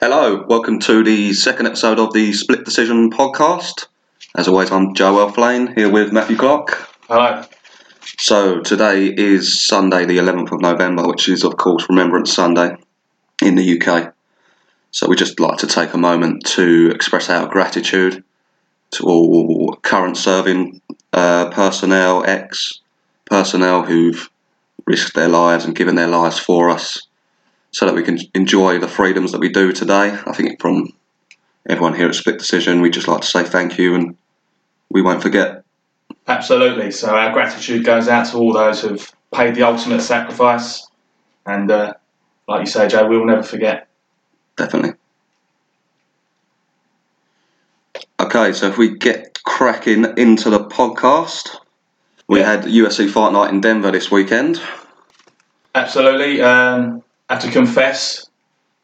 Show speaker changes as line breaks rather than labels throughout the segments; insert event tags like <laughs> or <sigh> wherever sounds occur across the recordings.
Hello, welcome to the second episode of the Split Decision podcast. As always, I'm Joe Elflane here with Matthew Clark.
Hello.
So today is Sunday, the 11th of November, which is, of course, Remembrance Sunday in the UK. So we just like to take a moment to express our gratitude to all current serving uh, personnel, ex personnel who've risked their lives and given their lives for us so that we can enjoy the freedoms that we do today. I think from everyone here at Split Decision, we just like to say thank you and we won't forget.
Absolutely. So our gratitude goes out to all those who've paid the ultimate sacrifice, and uh, like you say, Joe, we will never forget.
Definitely. Okay, so if we get cracking into the podcast, we
Yeah.
had USC Fight Night in Denver this weekend.
Absolutely. Um, have to confess,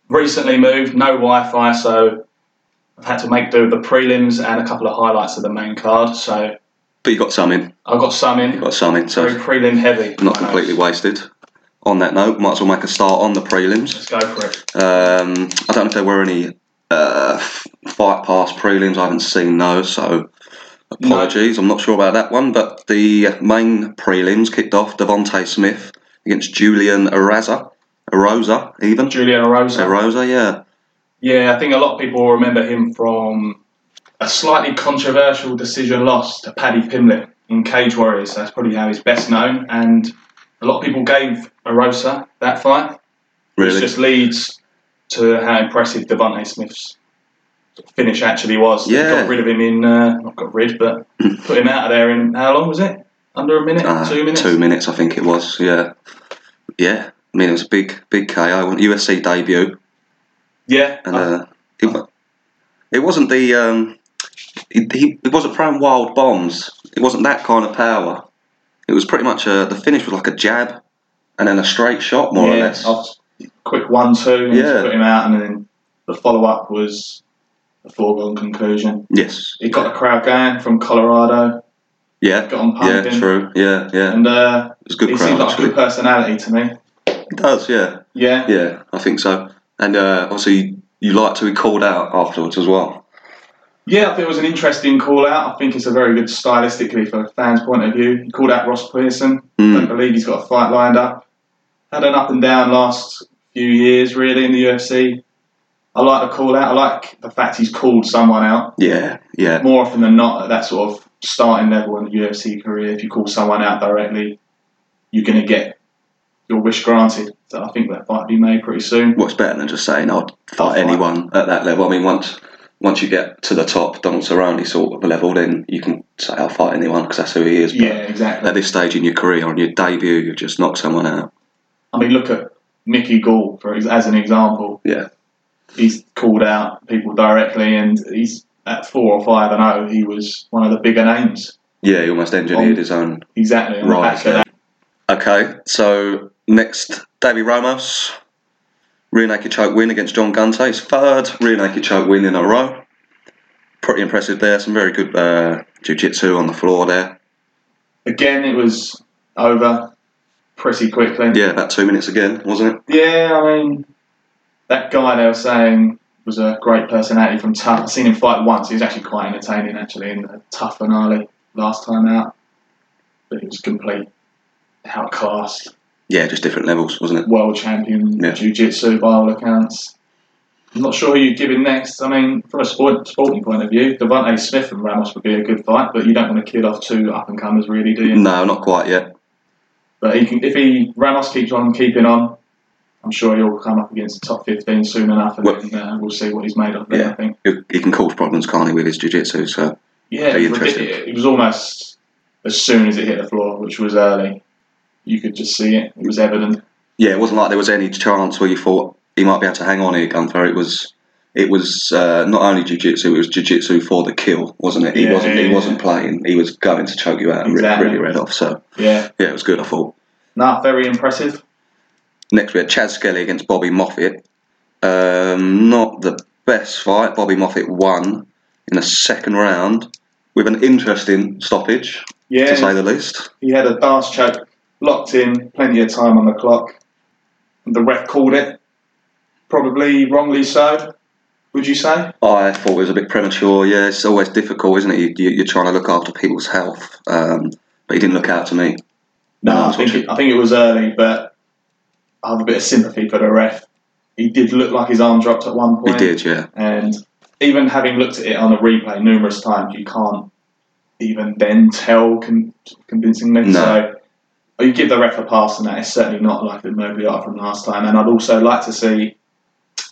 recently moved, no Wi-Fi, so I've had to make do with the prelims and a couple of highlights of the main card. So
But you got some in,
I've got some in.
got some in,
Very
so
prelim heavy.
not completely wasted. On that note, might as well make a start on the prelims.
Let's go for it.
Um, I don't know if there were any uh, f- fight pass prelims. I haven't seen those, so apologies. I'm not sure about that one. But the main prelims kicked off Devontae Smith against Julian Araza. Arosa, even.
Julian Rosa.
Arosa, yeah.
Yeah, I think a lot of people will remember him from a slightly controversial decision loss to Paddy Pimlet in Cage Warriors. That's probably how he's best known. And a lot of people gave Arosa that fight, which
Really?
just leads to how impressive Devontae Smith's finish actually was. They
Yeah.
Got rid of him in, uh, not got
<clears throat>
rid, but put him out of there in, how long was it? Under a minute?
Uh,
two minutes?
Two minutes, I think it was. Yeah, yeah. I mean, it was a big, big KO. An USC debut,
Yeah.
and uh, it, wa- it wasn't the um, it, he, it wasn't throwing wild bombs. It wasn't that kind of power. It was pretty much a, the finish was like a jab, and then a straight shot, more or
Yeah,
less.
off- quick one two and
Yeah.
just put him out and then the follow up was a foregone conclusion.
Yes.
He got the crowd going from Colorado,
Yeah.
got on
Yeah.
pumping
True. Yeah. Yeah.
and uh,
It was a
he
good
seemed
crowd
like a
actually.
good personality to me.
It does. Yeah.
Yeah.
Yeah. I think so. And uh, obviously, you like to be called out afterwards as well.
Yeah, I think it was an interesting call out. I think it's a very good stylistically from a fan's point of view. He called out Ross Pearson.
Mm.
Don't believe he's got a fight lined up. Had an up and down last few years really in the UFC. I like the call out. I like the fact he's called someone out.
Yeah. Yeah.
more often than not at that sort of starting level in the UFC career, if you call someone out directly, you're going to get your wish granted. So I think that might be made pretty soon.
Well, it's better than just saying I'd
I'll
fight
fight.
anyone at that level. I mean, once once you get to the top, Donald Cerrone sort of level, then you can say I'll fight anyone because that's who he is.
Yeah,
But
exactly.
at this stage in your career, on your debut, you've just knocked someone out.
I mean, look at Mickey Gall for ex- as an example.
Yeah.
He's called out people directly, and he's at four or five and oh, he was one of the bigger names.
Yeah, he almost engineered his own.
Exactly. On the
Right,
back of that.
Okay, so next, Davy Ramos, rear naked choke win against John Gunter. His third rear naked choke win in a row. Pretty impressive there. Some very good uh, jiu-jitsu on the floor there.
Again, it was over pretty quickly.
Yeah, about two minutes again, wasn't it?
Yeah, I mean, that guy they were saying was a great personality from Tough. I've seen him fight once. He was actually quite entertaining, actually, in a tough finale last time out. But he was complete outcast,
Yeah, just different levels, wasn't it?
world champion
Yeah.
jiu jitsu by all accounts. I'm not sure who you'd give him next. I mean, from a sport, sporting point of view, Devontae Smith and Ramos would be a good fight, but you don't want to kill off two up and comers, really, do you?
No, not quite yet.
But he can, if he Ramos keeps on keeping on, I'm sure he'll come up against the top 15 soon enough, and
Well-
then, uh, we'll see what he's made of. Then,
Yeah.
I think.
he he can cause problems, can't he, with his jiu-jitsu? So Very
Yeah, it was,
interesting.
ridiculous. it was almost as soon as it hit the floor, which was early. You could just see it; it was evident.
yeah, it wasn't like there was any chance where you thought he might be able to hang on here, Gunther. It was it was uh, not only jiu-jitsu, it was jiu-jitsu for the kill, wasn't it? He
Yeah,
wasn't
yeah,
he
yeah.
wasn't playing. He was going to choke you out and re-
Exactly.
really red off. So
Yeah,
yeah, it was good. I thought.
no, very impressive.
Next we had Chad Skelly against Bobby Moffitt. Um, not the best fight. Bobby Moffitt won in the second round with an interesting stoppage, to say
Yeah,
the least.
he had a dance choke locked in, plenty of time on the clock. The ref called it, probably wrongly so. would you say?
I thought it was a bit premature. Yeah, it's always difficult, isn't it? You, you, you're trying to look after people's health, um, but he didn't look out to me. No,
No, I think
unfortunately.
it, I think it was early, but I have a bit of sympathy for the ref. He did look like his arm dropped at one
He
point.
did, yeah.
And even having looked at it on the replay numerous times, you can't even then tell con- convincingly.
No.
So you give the ref a pass, and that is certainly not like the Mobiliar from last time. And I'd also like to see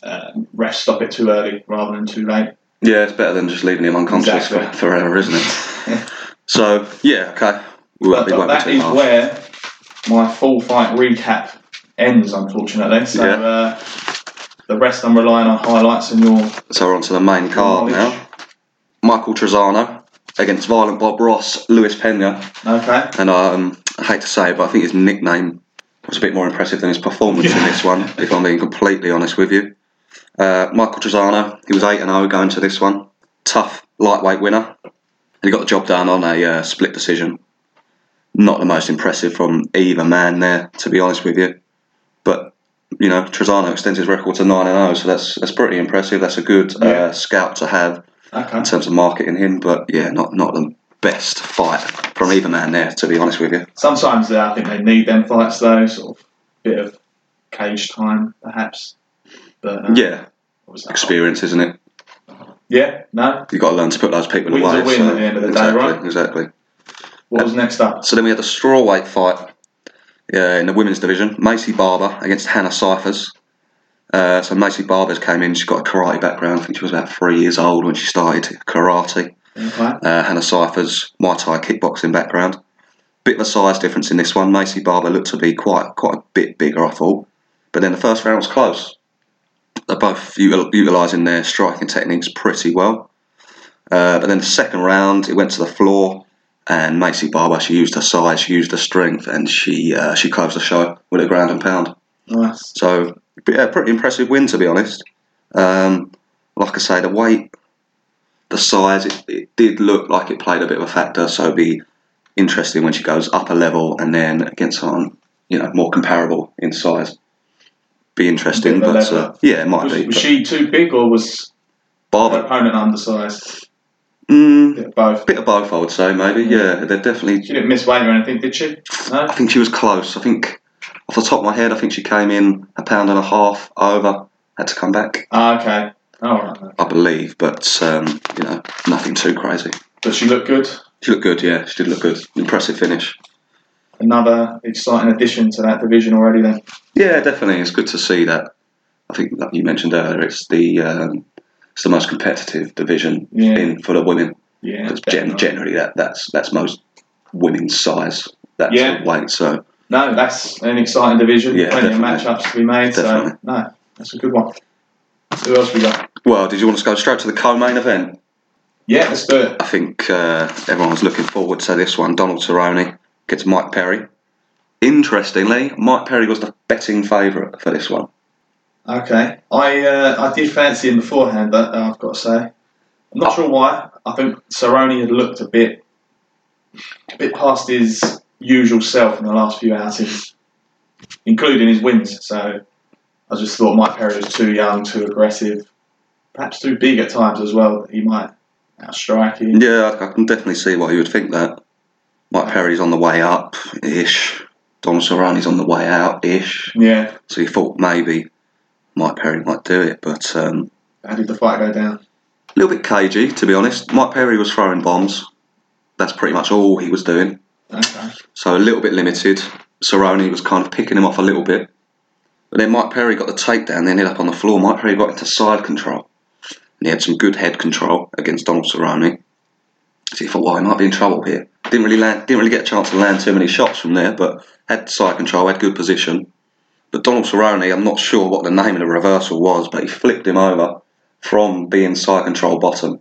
uh, refs stop it too early rather than too late.
Yeah, it's better than just leaving him unconscious for,
Exactly.
forever, isn't
<laughs>
it? so, yeah, okay. We
But
won't, we won't
that
be too
is
harsh.
where my full fight recap ends, unfortunately. So
Yeah.
uh, the rest I'm relying on highlights and your
So we're on to the main card
knowledge.
now. Michael Trezano against Violent Bob Ross, Luis Pena,
Okay.
and um, I hate to say, it, but I think his nickname was a bit more impressive than his performance in
Yeah.
this one. If I'm being completely honest with you, uh, Michael Trezano, he was eight and zero going to this one. Tough lightweight winner, and he got the job done on a uh, split decision. Not the most impressive from either man there, to be honest with you. But you know, Trezano extends his record to nine and zero, so that's that's pretty impressive. That's a good
Yeah.
uh, scout to have
Okay.
in terms of marketing him, but yeah, not not the best fight from either man there, to be honest with you.
Sometimes uh, I think they need them fights though, sort of bit of cage time perhaps. But uh,
Yeah,
what was that?
experience, isn't it?
Yeah. No.
You've got to learn to put those people
Win's a
away.
win
so-
at the end of the day,
exactly,
right?
Exactly.
What was next up?
So then we had the strawweight fight uh, in the women's division. Macy Barber against Hannah Cyphers. Uh, so Macy Barber's came in. She's got a karate background. I think she was about three years old when she started karate.
Okay.
uh, Hannah Cypher's Muay Thai kickboxing background. Bit of a size difference in this one. Macy Barber looked to be quite quite a bit bigger, I thought. But then the first round was close. They're both util- utilising their striking techniques pretty well. Uh, but then the second round, it went to the floor, and Macy Barber, she used her size, she used her strength, and she uh, she closed the show with a ground and pound.
Nice.
So, yeah, pretty impressive win to be honest. Um, like I say, the weight, the size, it, it did look like it played a bit of a factor. So it'd be interesting when she goes up a level and then against someone you know more comparable in size. Be interesting,
Bit of a
but
level
uh, yeah, it might
Was,
be. but
was
Oh.
she too big or was her
Barber,
opponent undersized?
mm,
Bit of both.
bit of both, I would say maybe.
Mm.
Yeah, they're definitely
She didn't miss weight or anything, did she? No.
I think she was close. I think off the top of my head, I think she came in a pound and a half over, had to come back,
Ah, okay. All right. then.
I believe. But um, you know, nothing too crazy.
Does she look good?
She looked good. Yeah, she did look good. Impressive finish.
Another exciting addition to that division already. Then.
Yeah, definitely. It's good to see that. I think that you mentioned earlier, it's the um, it's the most competitive division
Yeah.
in for the women.
Yeah.
'Cause gen-
definitely.
generally, that, that's that's most women's size. That
Yeah.
sort of weight. So
No, that's an exciting division.
Yeah,
Plenty of
definitely.
matchups to be made.
Definitely.
So no, that's a good one. Who else we got?
well, did you want us to go straight to the co-main event?
Yeah, let's do it.
I think uh, everyone's looking forward to this one. Donald Cerrone gets Mike Perry. Interestingly, Mike Perry was the betting favourite for this one.
Okay, I uh, I did fancy him beforehand. That uh, I've got to say, I'm not sure why. I think Cerrone had looked a bit a bit past his usual self in the last few outings, including his wins. So I just thought Mike Perry was too young, too aggressive, perhaps too big at times as well. He might outstrike him.
Yeah, I I can definitely see why you would think that. Mike Perry's on the way up ish. Donald Cerrone's on the way out ish.
Yeah,
So you thought maybe Mike Perry might do it, but um,
how did the fight go down?
a little bit cagey, to be honest. Mike Perry was throwing bombs. That's pretty much all he was doing.
Okay.
so a little bit limited. Cerrone was kind of picking him off a little bit. But then Mike Perry got the takedown, they ended up on the floor. Mike Perry got into side control. And he had some good head control against Donald Cerrone. So he thought, well, he might be in trouble here. Didn't really land, didn't really get a chance to land too many shots from there, but had side control, had good position. But Donald Cerrone, I'm not sure what the name of the reversal was, but he flipped him over from being side control bottom.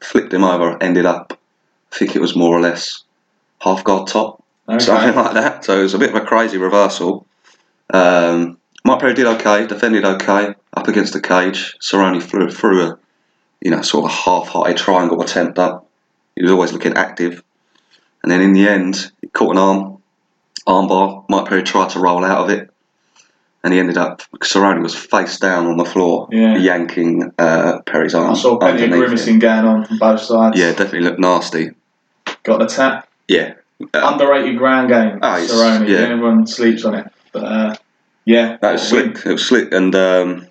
Flipped him over, ended up, I think it was more or less half guard top <laughs>
Okay.
something like that. So it was a bit of a crazy reversal. Um, Mike Perry did okay, defended okay, up against the cage. Cerrone flew through a, you know, sort of a half-hearted triangle attempt up. He was always looking active, and then in the end, he caught an arm, armbar. Mike Perry tried to roll out of it, and he ended up Cerrone was face down on the floor,
Yeah.
yanking uh, Perry's arm
I saw plenty of
underneath him.
grimacing going on from both sides.
Yeah, definitely looked nasty.
Got the tap.
Yeah, Uh,
Underrated ground game.
Ah, it's-
Cerrone.
yeah.
Everyone sleeps on it. But uh, yeah.
that was
what a win.
slick. It was slick, and um,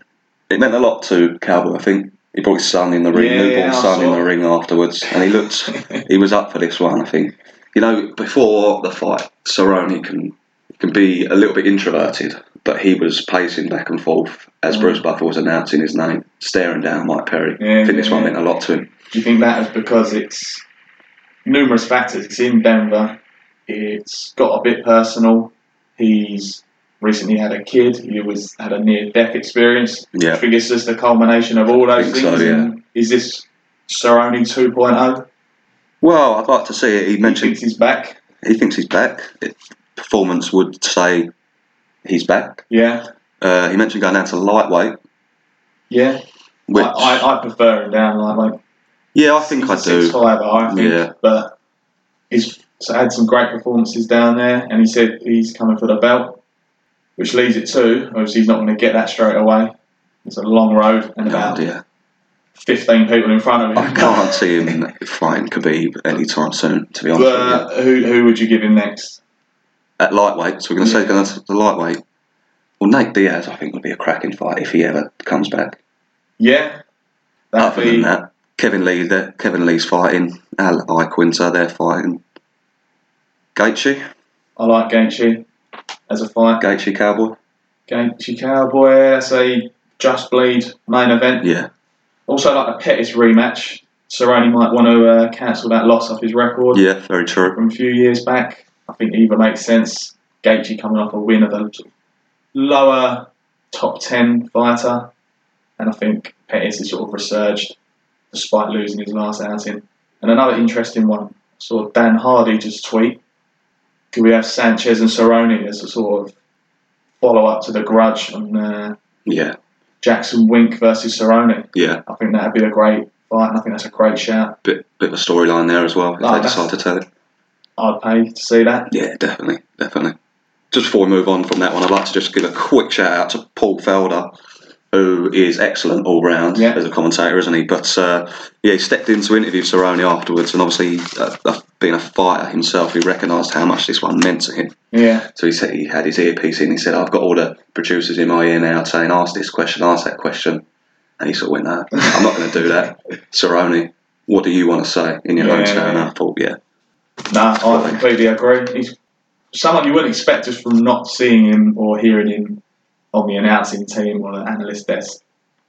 it meant a lot to Cowboy. I think he brought his son in the ring,
Yeah,
Lou brought
I
his son in
saw.
the ring afterwards, and he looked. he was up for this one, I think. You know, before the fight, Cerrone can can be a little bit introverted, but he was pacing back and forth as
Mm.
Bruce Buffer was announcing his name, staring down Mike Perry.
<laughs> Yeah,
I think this
yeah,
one
yeah.
meant a lot to him.
Do you think that is because it's numerous factors? It's in Denver. It's got a bit personal. He's recently had a kid. He was had a near death experience. I
Yeah,
think it's just the culmination of all those
Think so,
things.
yeah.
And Is this Cerrone 2.0?
Well, I'd like to see it. He
He
mentioned
thinks he's back.
he thinks he's back. It, performance would say he's back.
Yeah,
Uh, he mentioned going down to lightweight,
yeah.
which
I, I, I prefer him down lightweight.
yeah, I think
He's
I
a six
do.
five, I think.
Yeah.
But he's had some great performances down there, and he said he's coming for the belt, which leads it to obviously he's not going to get that straight away. It's a long road and
Oh
about
dear,
fifteen people in front of
I
him.
can't <laughs> see him fighting Khabib anytime soon. To be honest, with you.
<laughs> But who who would you give him next?
at lightweight, so we're going to say
Yeah.
going to the lightweight. Well, Nate Diaz, I think, would be a cracking fight if he ever comes back.
Yeah, that'd
Other than
be
that, Kevin Lee, there, Kevin Lee's fighting. Al Iquinta, they're fighting. Gaethje,
I like Gaethje as a fight.
Gaethje Cowboy.
Gaethje Cowboy, that's a just bleed main event.
Yeah,
Also, like the Pettis rematch, Cerrone might want to uh, cancel that loss off his record
yeah, very true.
from a few years back. I think it either makes sense. Gaethje coming off a win of a lower top ten fighter, and I think Pettis has sort of resurged despite losing his last outing. And another interesting one, I saw Dan Hardy just tweet: "Could we have Sanchez and Cerrone as a sort of follow up to the grudge on uh,
Yeah,
Jackson Wink versus Cerrone?"
yeah.
I think that'd be a great fight, and I think that's a great shout.
Bit bit of a storyline there as well if
Oh,
they
that's-
decide to tell it.
I'd pay to see that.
Yeah, definitely, definitely. Just before we move on from that one, I'd like to just give a quick shout out to Paul Felder, who is excellent all round
Yeah.
as a commentator, isn't he? But uh, yeah, he stepped in to interview Cerrone afterwards, and obviously, uh, uh, being a fighter himself, he recognised how much this one meant to him.
Yeah,
So he said he had his earpiece in. He said, "I've got all the producers in my ear now saying, ask this question, ask that question," and he sort of went, "No, I'm not going to do
<laughs>
that, Cerrone." What do you want to say in your own
Yeah.
turn? I thought, yeah,
no, I completely agree. He's someone you wouldn't expect just from not seeing him or hearing him on the announcing team or the analyst desk.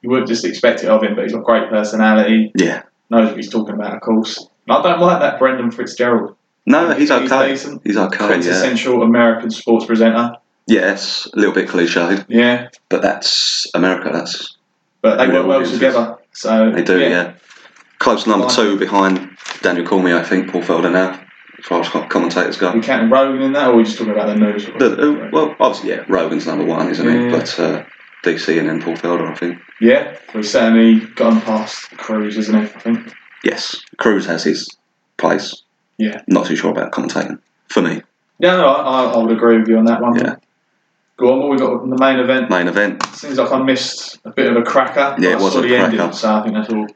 You wouldn't just expect it of him, but he's got great personality,
yeah.
knows what he's talking about, of course. And I don't like that Brendan Fitzgerald.
No, Uh, he's
He's
okay.
decent.
He's okay. Yeah.
Quintessential American sports presenter.
Yes, a little bit cliched,
Yeah,
but that's America. That's
but they
Yeah,
work well
audiences.
together. So
they do. Yeah, close number
Like-
two behind Daniel Cormier, I think. Paul Felder now, as far as co- commentators
Are we
go.
counting Rogan in that, or are we just talking about the news?
The- uh, well, obviously, yeah, Rogan's number one, isn't he?
Yeah.
But uh, DC and then Paul Felder, I think.
Yeah, we've certainly gone past Cruz, isn't it? I think.
Yes, Cruz has his place.
Yeah.
Not too sure about commentating for me.
Yeah, no, I, I- I would agree with you on that one.
Yeah.
Go on, what we got in the main event?
Main event:
Seems like I missed a bit of a cracker.
Yeah, it
but I
was
saw
a
the
cracker.
ending, so I think that's all.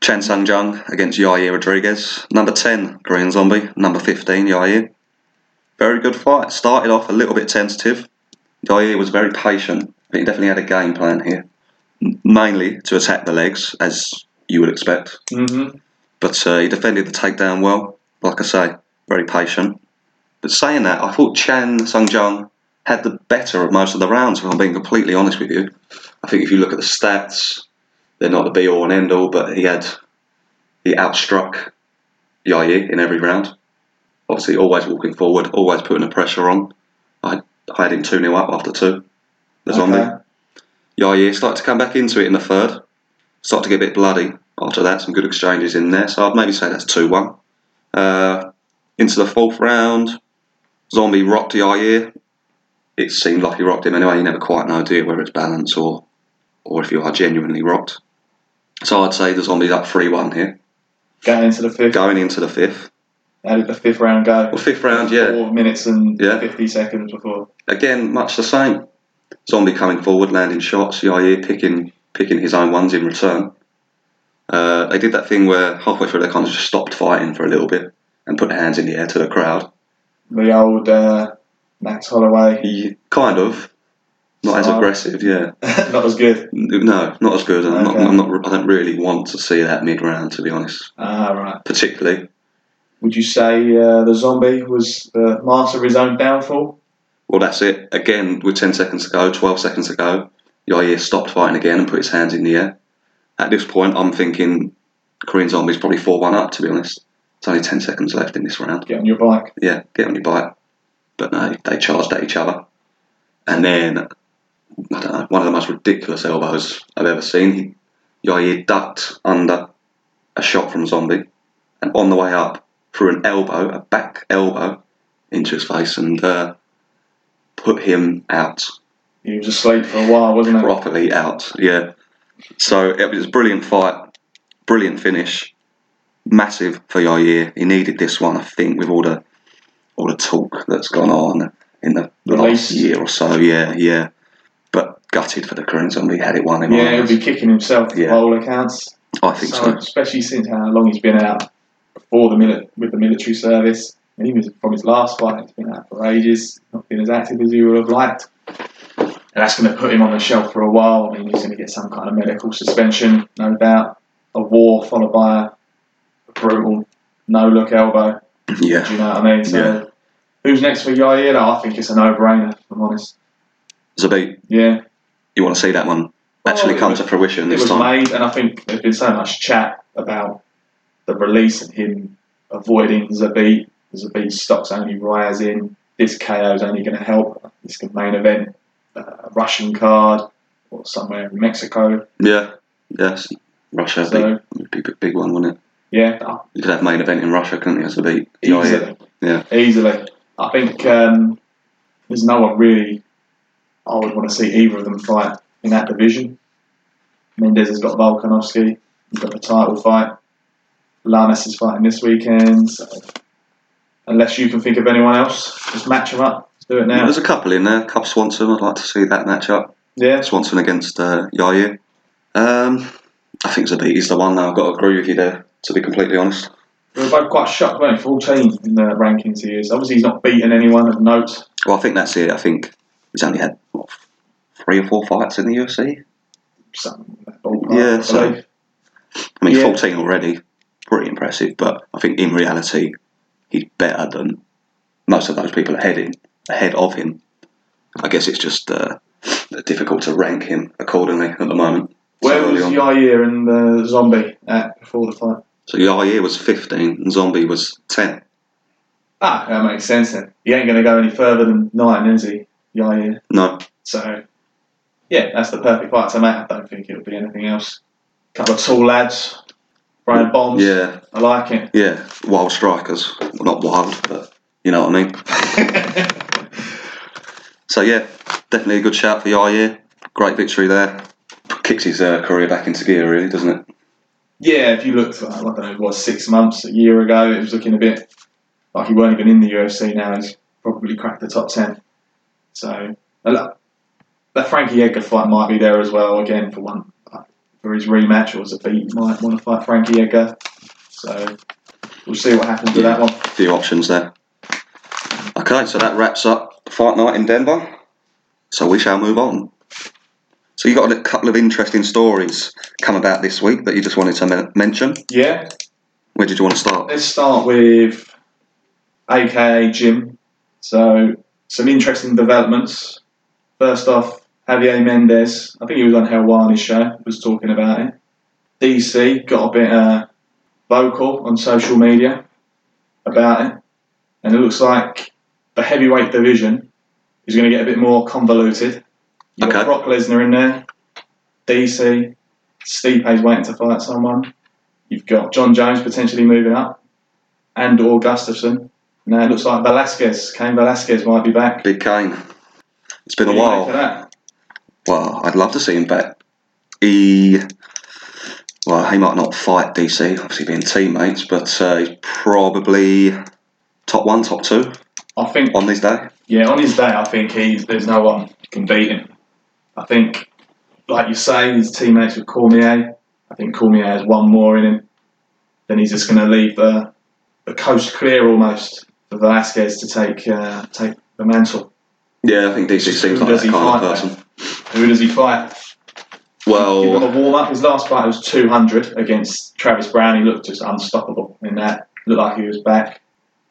Chen Sung Jung against Yair Rodriguez. Number ten, Korean Zombie. Number fifteen, Yair. Very good fight. Started off a little bit tentative. Yair was very patient, but he definitely had a game plan here. M- Mainly to attack the legs, as you would expect.
Mm-hmm.
But uh, he defended the takedown well. Like I say, very patient. But saying that, I thought Chan Sung Jung had the better of most of the rounds, if I'm being completely honest with you. I think if you look at the stats, they're not the be all and end all, but he had he outstruck Yair in every round. Obviously, always walking forward, always putting the pressure on. I, I had him 2 0 up after two. The zombie. Yair started to come back into it in the third. Started to get a bit bloody after that. Some good exchanges in there. So I'd maybe say that's 2 1. Uh, into the fourth round, Zombie rocked Yair. It seemed like he rocked him anyway. You never quite know, do you, whether it's balance or, or if you are genuinely rocked. So I'd say the Zombie's up 3 1 here.
Going into the fifth.
Going into the fifth.
How did the fifth round go?
Well, fifth round, yeah.
Four minutes and
Yeah.
50 seconds before.
Again, much the same. Zombie coming forward, landing shots. Yair picking picking his own ones in return. Uh, they did that thing where halfway through they kind of just stopped fighting for a little bit and put their hands in the air to the crowd.
The old uh, Max Holloway,
He, kind of, not as
Style.
aggressive. Yeah,
<laughs> not as good.
no, not as good. I'm not,
Okay.
I'm not. I don't really want to see that mid round, to be honest.
Ah, right.
Particularly,
Would you say uh, the zombie was the master of his own downfall?
Well, that's it. Again, with 10 seconds to go, 12 seconds to go, Yair stopped fighting again and put his hands in the air. At this point, I'm thinking Korean Zombie's probably 4 1 up, to be honest. It's only 10 seconds left in this round.
Get on your bike.
Yeah, get on your bike. But no, they charged at each other. And then, I don't know, one of the most ridiculous elbows I've ever seen. He, Yair ducked under a shot from Zombie and on the way up threw an elbow, a back elbow, into his face and uh, put him out
He was asleep for a while, wasn't he?
properly out. Yeah. So it was a brilliant fight, brilliant finish, massive for Yair. He needed this one, I think, with all the all the talk that's gone on in the last
Release.
year or so. Yeah, yeah. But gutted for the Korean zombie had it won in
Yeah,
my
he'll
eyes.
be kicking himself
Yeah.
by all accounts.
I think
So,
so.
Especially since how long he's been out before the mili- with the military service. And even from his last fight, he's been out for ages, not been as active as he would have liked. And that's going to put him on the shelf for a while. I mean, he's going to get some kind of medical suspension, no doubt. A war followed by a brutal no look elbow. Do
Yeah.
you know what I mean? So,
Yeah.
who's next for Yair? I think it's a no brainer, if I'm honest.
Zabit,
Yeah.
you want to see that one actually
Oh, it
come
was-
to fruition
it
this
was
time?
made, and I think there's been so much chat about the release and him avoiding Zabit. Zabit's stock's only rising. This KO is only going to help. It's the main event, uh, a Russian card, or somewhere in Mexico.
Yeah. Yes. Russia
So,
big, big, big one, wouldn't it?
yeah, oh,
You could have main event in Russia, couldn't you? Zabit. Yair.
easily.
Yeah.
Easily. I think um, there's no one really I would want to see either of them fight in that division. Mendez has got Volkanovski, he's got the title fight. Lamas is fighting this weekend. So unless you can think of anyone else, just match them up. Let's do it now.
There's a couple in there. Cup Swanson, I'd like to see that matchup.
Yeah,
Swanson against uh, Yair. Um, I think Zabit is the one now. I've got to agree with you there, to be completely honest.
we were both quite shocked, weren't we? 14 in the rankings he is. Obviously, he's not beaten anyone of note.
Well, I think that's it. I think he's only had what, three or four fights in the UFC.
Something in that ballpark,
Yeah,
I
so-
believe.
I mean,
Yeah.
14 already. Pretty impressive, but I think in reality, he's better than most of those people ahead, in, ahead of him. I guess it's just uh, difficult to rank him accordingly at the moment. So
Where
early
was
on.
Yair and the zombie at before the fight?
So Yair was 15 and Zombie was 10.
Ah, that makes sense then. He ain't going to go any further than nine, is he? Yair.
No,
So, yeah, that's the perfect fight to make. I don't think it'll be anything else. Couple of tall lads, throwing bombs.
yeah,
I like it.
yeah, wild strikers. Well, not wild, but you know what I mean.
<laughs>
So yeah, definitely a good shout for Yair. Great victory there. Kicks his uh, career back into gear, really, doesn't it?
yeah, if you looked, I don't know, it was six months, a year ago, it was looking a bit like he weren't even in the UFC now. He's probably cracked the top 10. So, and that- that Frankie Edgar fight might be there as well, again, for one. For his rematch, or Zabit might want to fight Frankie Edgar. So, we'll see what happens with that one.
A few options there. Okay, so that wraps up fight night in Denver. So we shall move on. So you got a couple of interesting stories come about this week that you just wanted to men- mention.
Yeah,
Where did you want to start?
Let's start with AKA Jim. So, some interesting developments. First off, Javier Mendez, I think he was on Helwani's show, was talking about it. DC got a bit uh, vocal on social media about it, and it looks like the heavyweight division is going to get a bit more convoluted. You've
Okay.
got Brock Lesnar in there, DC, Stipe's waiting to fight someone. You've got John Jones potentially moving up, and or Gustafsson. Now it looks like Velasquez, Cain Velasquez might be back.
Big Kane. It's been a
What do you make of
while.
that?
Well, I'd love to see him back. He, well, he might not fight DC, obviously being teammates, but uh, he's probably top one, top two
I think,
on this day.
yeah, on his day, I think he, there's no one can beat him. I think, like you say, his teammates with Cormier. I think Cormier has one more in him. Then he's just going to leave the, the coast clear almost for Velasquez to take uh, take the mantle.
Yeah, I think DC seems like
Does
that
he
kind of
fight,
person.
Who does he fight? Give him
Well,
a warm up. His last fight was 200 against Travis Brown. He looked just unstoppable in that. Looked like he was back,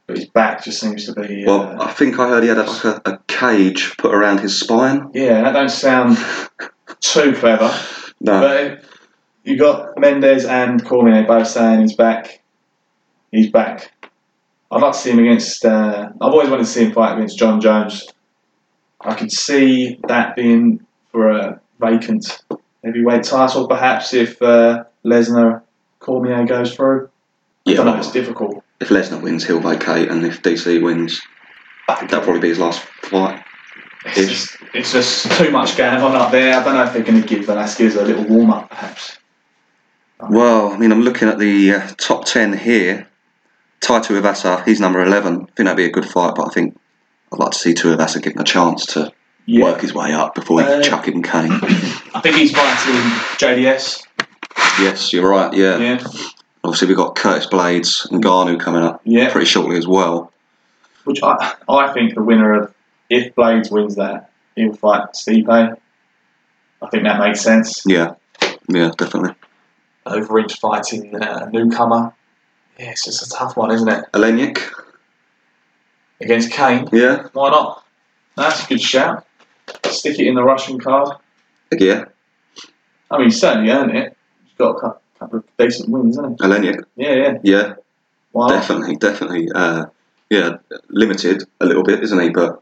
but his back just seems to be. Uh,
well, I think I heard he had like a, a cage put around his spine.
yeah, that don't sound too clever.
No,
But you got Mendes and Cormier both saying he's back. He's back. I'd like to see him against. Uh, I've always wanted to see him fight against John Jones. I could see that being for a vacant heavyweight title, perhaps if uh, Lesnar Cormier goes through. I
yeah.
don't know.
well,
It's difficult.
If Lesnar wins, he'll vacate, and if DC wins, that'll probably be his last fight.
It's just, it's just too much going on up there. I don't know if they're going to give Velasquez a little warm up, perhaps.
Well, I mean, I'm looking at the uh, top ten here. Taito Ivasa, he's number eleven. I think that'd be a good fight, but I think I'd like to see Tuivasa give him a chance to
Yeah.
work his way up before
Uh,
he chuck him Kane.
<clears throat> I think he's fighting JDS.
yes, you're right. Yeah.
Yeah. Mm-hmm.
Obviously, we've got Curtis Blades and Garnu coming up
Yeah.
pretty shortly as well.
Which I, I think the winner of if Blades wins that, he'll fight Stipe. I think that makes sense.
Yeah, yeah, definitely.
Overeach fighting uh, newcomer. Yeah, it's just a tough one, isn't it?
Olenik,
Against Kane,
yeah,
why not?
That's a good shout. Stick it in the Russian card.
yeah,
I mean, he's certainly earned it. He's got a cou- couple of decent wins, hasn't
Olenik,
he? Yeah, yeah.
yeah,
Why not?
definitely, definitely. Uh, yeah, limited a little bit, isn't he? But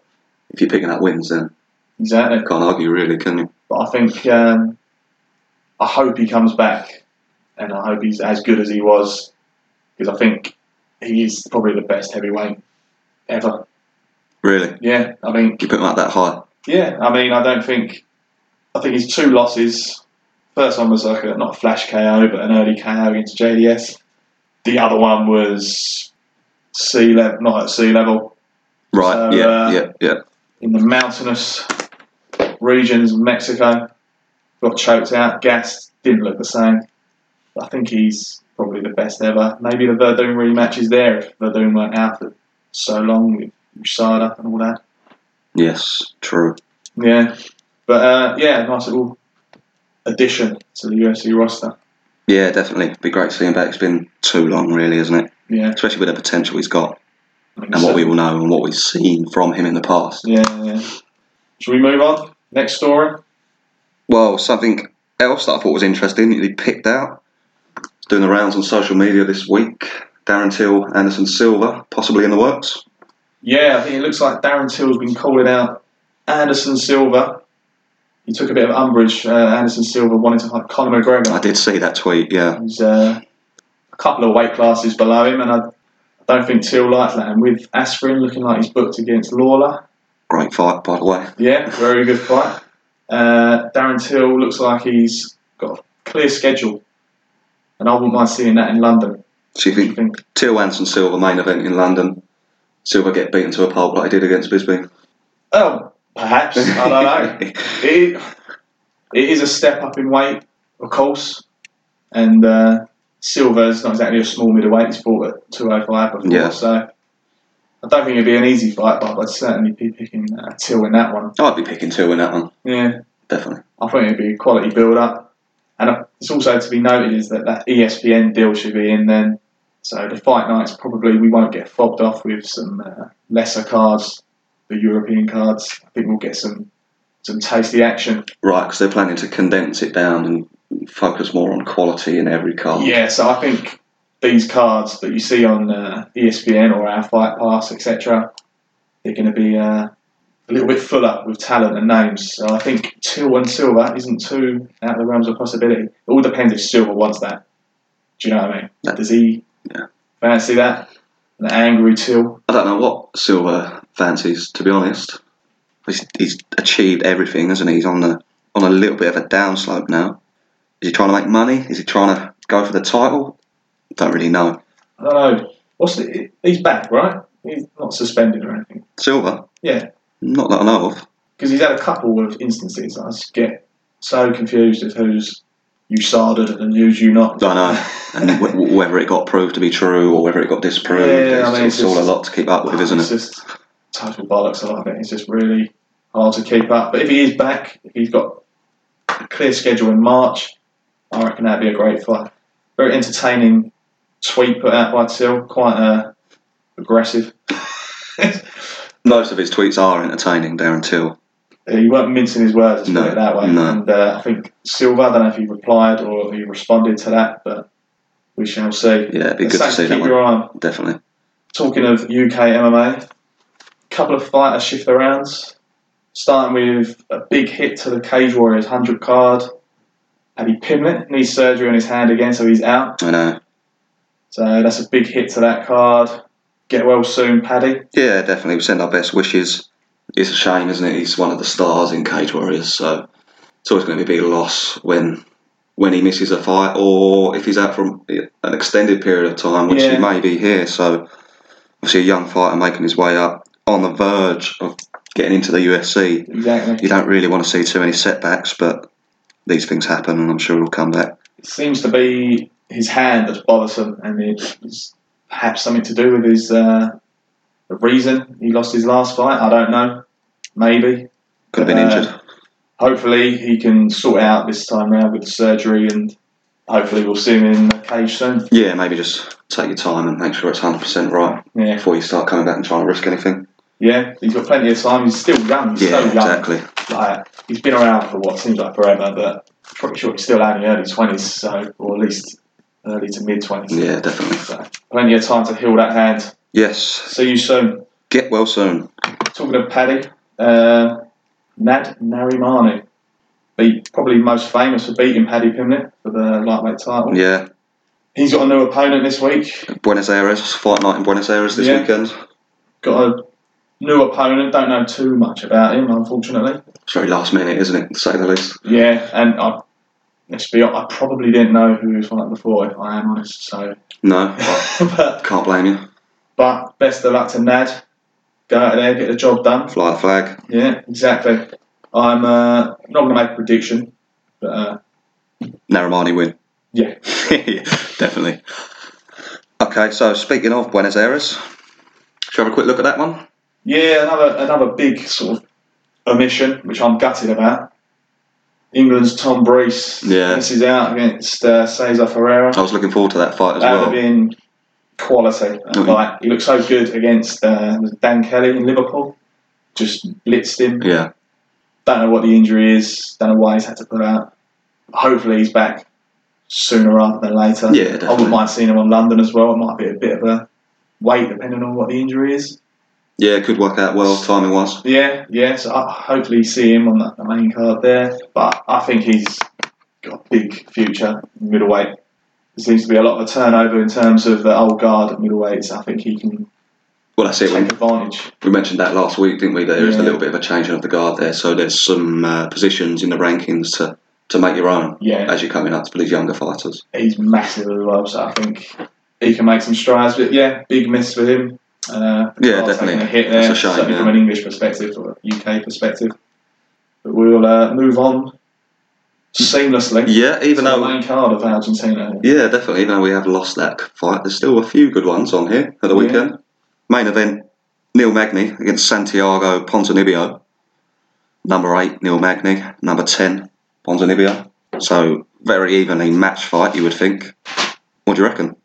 if you're picking up wins, then
Exactly.
can't argue really, can you?
But I think um, I hope he comes back, and I hope he's as good as he was, because I think he is probably the best heavyweight ever.
Really,
Yeah, I mean,
you put him up that high.
Yeah, I mean, I don't think. I think his two losses. First one was like a, not a flash KO, but an early KO against JDS. The other one was sea level, not at sea level,
Right?
So,
yeah,
uh,
yeah, yeah.
in the mountainous regions of Mexico. Got choked out, gassed, didn't look the same. But I think he's probably the best ever. Maybe the Verdun rematch is there if Verdun weren't out for so long with USADA and all that.
Yes, true.
Yeah, but uh, yeah, nice little addition to the UFC roster.
Yeah, definitely. Be great to see him back. It's been too long, really, isn't it?
Yeah,
Especially with the potential he's got
I mean,
and what
so-
we all know and what we've seen from him in the past.
Yeah, yeah. Should we move on? Next story.
Well, something else that I thought was interesting that you picked out doing the rounds on social media this week. Darren Till, Anderson Silva, possibly in the works.
Yeah, I think it looks like Darren Till's been calling out Anderson Silva. He took a bit of umbrage. Uh, Anderson Silva wanted to fight Conor
I
McGregor.
did see that tweet. Yeah,
He's uh, a couple of weight classes below him, and I don't think Till likes that. And with Aspirin looking like he's booked against Lawler,
great fight by the way.
Yeah, very good fight. Uh, Darren Till looks like he's got a clear schedule, and I wouldn't mind seeing that in London.
So you
I
think
think
Till Anderson Silva main event in London? Silva get beaten to a pulp like he did against Bisbee.
oh, perhaps I don't
<laughs>
know. It, it is a step up in weight, of course, and uh, Silver's not exactly a small middleweight. He's fought at two hundred five before,
Yeah.
so I don't think it'd be an easy fight, but I'd certainly be picking uh, Till in that one.
I'd be picking Till in that one,
Yeah.
definitely.
I think it'd be a quality build up. And uh, it's also to be noted is that E that ESPN deal should be in then. So the fight nights probably we won't get fobbed off with some uh, lesser cards, the European cards. I think we'll get some some tasty action.
Right, because they're planning to condense it down and focus more on quality in every card.
Yeah, so I think these cards that you see on uh, ESPN or our Fight Pass, etc., they're going to be uh, a little bit fuller with talent and names. So I think Till and Silver isn't too out of the realms of possibility. It all depends if Silver wants that. Do you know what I mean?
Yeah.
Does he
Yeah.
fancy that? An angry Till?
I don't know what Silva fancies, to be honest. He's, he's achieved everything, hasn't he? He's on the on a little bit of a downslope now. Is he trying to make money? Is he trying to go for the title? Don't really know.
I don't know. What's the, he's back, right? He's not suspended or anything.
Silva?
Yeah.
Not that I know of.
because he's had a couple of instances. I just get so confused with who's you sarded and who's you not.
I know.
<laughs>
And w- w- whether it got proved to be true or whether it got disproved,
Yeah, yeah,
it's,
I mean,
it's
it's
all a
just-
lot to keep up with, isn't
it's
it?
just total bollocks. A lot of it. It's just really hard to keep up. But if he is back, if he's got a clear schedule in March, I reckon that'd be a great fight. Very entertaining tweet put out by Till. Quite uh, aggressive. <laughs>
Most of his tweets are entertaining, Darren Till.
he weren't mincing his words, let's
No,
put it that way.
no.
And uh, I think Silva, I don't know if he replied or he responded to that, but we shall see.
Yeah, it'd be
It's
good to
something
see that
keep
one.
your eye on.
Definitely.
Talking of UK MMA, couple of fighters shift their rounds, starting with a big hit to the Cage Warriors 100 card. Paddy Pimlet needs surgery on his hand again, so he's out.
I know.
So that's a big hit to that card. Get well soon, Paddy.
Yeah, definitely. We send our best wishes. It's a shame, isn't it? He's one of the stars in Cage Warriors, so it's always going to be a big loss when when he misses a fight or if he's out for an extended period of time, which he
Yeah.
may be here. So obviously, a young fighter making his way up on the verge of getting into the UFC.
Exactly.
You don't really want to see too many setbacks, but these things happen, and I'm sure he'll come back.
It seems to be his hand that's bothersome, and it's perhaps something to do with his uh, the reason he lost his last fight. I don't know. Maybe.
Could have been
Uh,
injured.
hopefully he can sort it out this time round with the surgery and hopefully we'll see him in the cage soon.
Yeah, maybe just take your time and make sure it's 100% right
Yeah.
before you start coming back and trying to risk anything.
Yeah, he's got plenty of time. He's still young. He's
Yeah,
so young.
exactly.
Like, he's been around for what seems like forever, but pretty sure he's still only early 20s, so, or at least early to mid 20s.
Yeah, definitely.
So, plenty of time to heal that hand.
Yes,
See you soon.
get well soon.
Talking of Paddy, uh, Nad Narimanu. Be probably most famous for beating Paddy Pimlet for the lightweight title.
Yeah,
He's got a new opponent this week.
Buenos Aires, fight night in Buenos Aires this
Yeah.
weekend.
got a new opponent. Don't know too much about him, unfortunately.
It's very last minute, isn't it, to say the least?
Yeah, and I, let's be honest, I probably didn't know who he was fighting before, if I am honest. So,
No,
<laughs> but,
can't blame you.
but best of luck to Nad. Go out there, get the job done.
Fly the flag.
Yeah, exactly. I'm uh, not going to make a prediction, but uh,
Narimani win. <laughs>
Yeah.
definitely. Okay, so speaking of Buenos Aires, shall we have a quick look at that one?
yeah, another another big sort of omission, which I'm gutted about. England's Tom Breese
Yeah.
misses out against uh, Cesar Ferreira.
I was looking forward to that fight as
That would
well.
have been quality.
Mm.
Like he looked so good against uh, Dan Kelly in Liverpool. Just blitzed him.
Yeah,
Don't know what the injury is. Don't know why he's had to put out. Hopefully he's back sooner rather than later.
Yeah,
I
definitely.
wouldn't mind seeing him on London as well. It might be a bit of a wait depending on what the injury is.
yeah, it could work out well timing wise.
Yeah, yeah. So I hopefully see him on the the main card there. But I think he's got a big future in middleweight. There seems to be a lot of turnover in terms of the old guard at middleweight. So I think he can
Well, that's it.
take
We,
advantage.
we mentioned that last week, didn't we? There is a
Yeah.
little bit of a changing of the guard there, so there's some uh, positions in the rankings to, to make your own
Yeah,
as you're coming up to these younger fighters.
he's massive as well, so I think he can make some strides. But yeah, big miss for him. Uh,
Yeah,
Carl's taking
definitely.
A hit there,
That's a shame,
certainly
yeah.
from an English perspective or UK perspective. But we'll uh, move on seamlessly.
Yeah, even
to the
though
main card of Argentina.
yeah, definitely, even though we have lost that fight, there's still a few good ones on here at the
Yeah.
weekend. Main event: Neil Magny against Santiago Ponzinibbio. Number eight, Neil Magny. Number ten, Ponzinibbio. So very evenly matched fight, you would think. What do you reckon?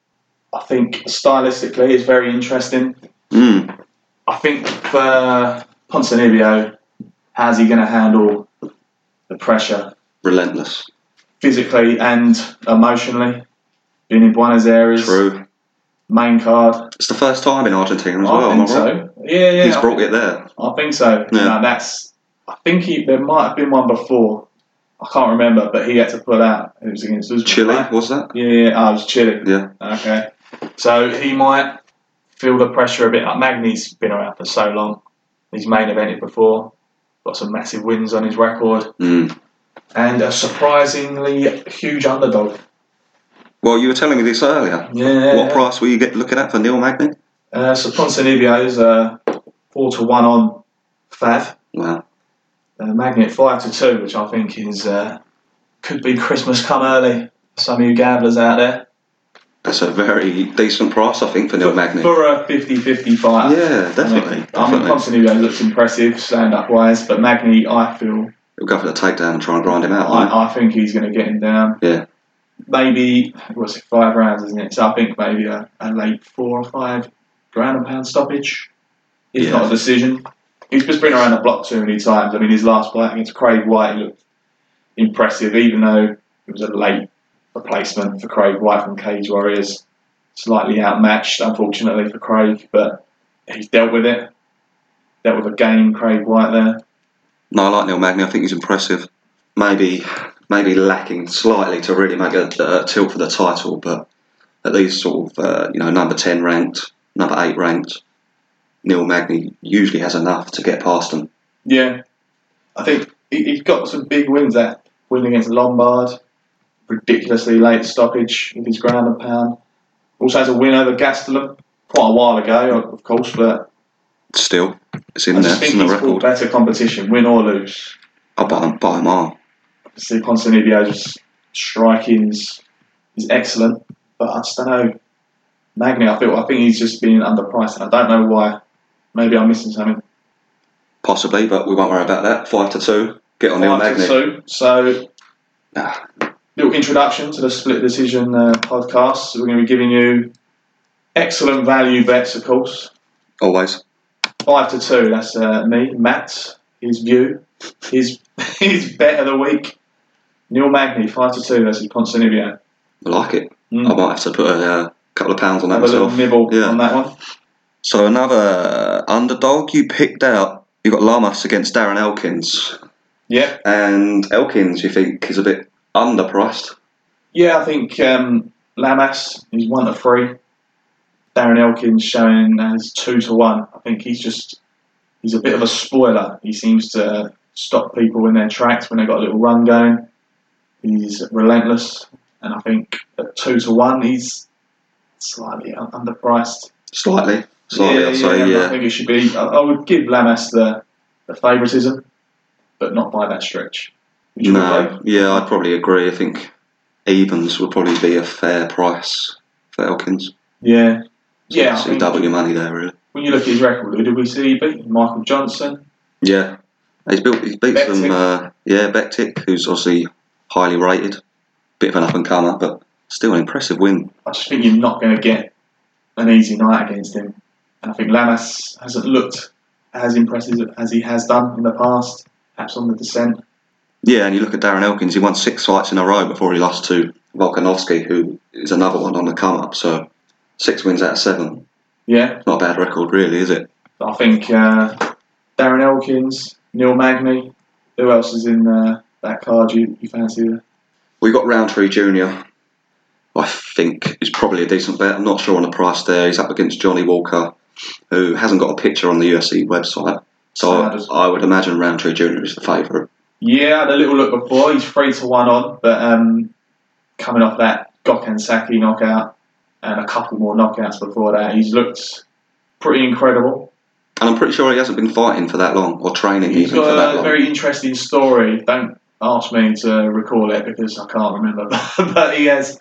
I think stylistically it's very interesting.
Mm,
I think for Ponzinibbio, how's he going to handle the pressure
relentless.
physically and emotionally? Being in Buenos Aires,
True.
main card,
It's the first time in Argentina as
I
well. am
think
I right?
so. Yeah, yeah.
He's
I
brought
think-
it there.
I think so.
Yeah.
No, that's. I think he. There might have been one before. I can't remember, but he had to pull out. It was against Usman,
Chile,
right?
was that?
Yeah, yeah. Oh, it was Chile.
Yeah.
Okay. So he might feel the pressure a bit. Like Magny's been around for so long. He's main evented before. Got some massive wins on his record,
Mm.
and a surprisingly huge underdog.
Well, you were telling me this earlier.
Yeah.
What price were you get, looking at for Neil Magny?
Uh, so Ponzinibbio is uh, four to one on Fav.
Wow.
uh, Magnet five to two, which I think is uh, could be Christmas come early. Some of you gamblers out there
That's a very decent price, I think, for Neil Magny.
for a 50-50 fight.
Yeah,
I
definitely.
mean, I mean,
definitely.
Constantinou looks impressive, stand up wise, but Magni, I feel,
He'll go for the takedown and try and grind him out. won't
I, I think he's going to get him down.
Yeah.
Maybe, what's it, five rounds, isn't it? So I think maybe a, a late four or five ground and pound stoppage. It's
Yeah.
not a decision. He's just been around the block too many times. I mean, his last fight against Craig White he looked impressive, even though it was a late replacement for Craig White from Cage Warriors. Slightly outmatched, unfortunately, for Craig, but he's dealt with it. Dealt with a game, Craig White there.
he? No, I like Neil Magny. I think he's impressive. Maybe maybe lacking slightly to really make a, a tilt for the title, but at least sort of, uh, you know, number 10 ranked, number 8 ranked, Neil Magny usually has enough to get past them.
Yeah, I think he, he got some big wins. That win against Lombard, ridiculously late stoppage with his ground and pound. Also has a win over Gastelum quite a while ago, of course, but
Still, it's
I
in there,
just
it's
think
in the
he's fought
record.
better competition, win or lose.
I'll buy him, buy him arm.
See, Ponzinibbio's striking is, is excellent, but I just don't know. Magni, I feel I think he's just being underpriced, and I don't know why. Maybe I'm missing something.
Possibly, but we won't worry about that. 5 to 2. Get on Neil
Five to
Magny.
two, so
Nah,
little introduction to the Split Decision uh, podcast. So we're going to be giving you excellent value bets, of course.
always.
Five to two. That's uh, me, Matt. His view, his <laughs> his bet of the week. Neil Magny, five to two versus Ponzinibbio.
I like it.
Mm.
I might have to put a uh, couple of pounds on that
Have a little
myself.
nibble
Yeah.
on that one.
So another underdog you picked out. You got Lamas against Darren Elkins,
Yeah,
and Elkins you think is a bit underpriced.
yeah. I think um, Lamas is one to three. Darren Elkins showing as two to one. I think he's just he's a bit of a spoiler. He seems to stop people in their tracks when they've got a little run going. He's relentless, and I think at two to one, he's slightly un- underpriced.
Slightly, slightly. I'd say
and I
yeah.
think it should be. I, I would give Lamas the, the favouritism, but not by that stretch. Would you agree?
No, yeah, I'd probably agree. I think evens would probably be a fair price for Elkins.
Yeah. Yeah. I
so you
think
double your money there, really.
when you look at his record, who did we see he beat? Michael Johnson.
Yeah, he's built. He's beat some.
Bektik.
Uh, yeah, Bektik, who's obviously highly rated, bit of an up and comer, but still an impressive win.
I just think you're not going to get an easy night against him. And I think Lamas hasn't looked as impressive as he has done in the past, perhaps on the descent.
Yeah, and you look at Darren Elkins, he won six fights in a row before he lost to Volkanovski, who is another one on the come up. So six wins out of seven.
Yeah,
Not a bad record, really, is it?
but I think uh, Darren Elkins, Neil Magny, who else is in uh, that card you, you fancy there?
We've got Roundtree Jr., I think is probably a decent bet. I'm not sure on the price there. He's up against Johnny Walker, who hasn't got a picture on the UFC website. So I,
Sad.
I would imagine Roundtree Jr. is the favourite.
Yeah, I had a little look before. He's three to one on, but um, coming off that Gokhan Saki knockout and a couple more knockouts before that, he's looked pretty incredible.
And I'm pretty sure he hasn't been fighting for that long, or training
He's
even for that
got a
long.
very interesting story. Don't ask me to recall it because I can't remember. <laughs> but he has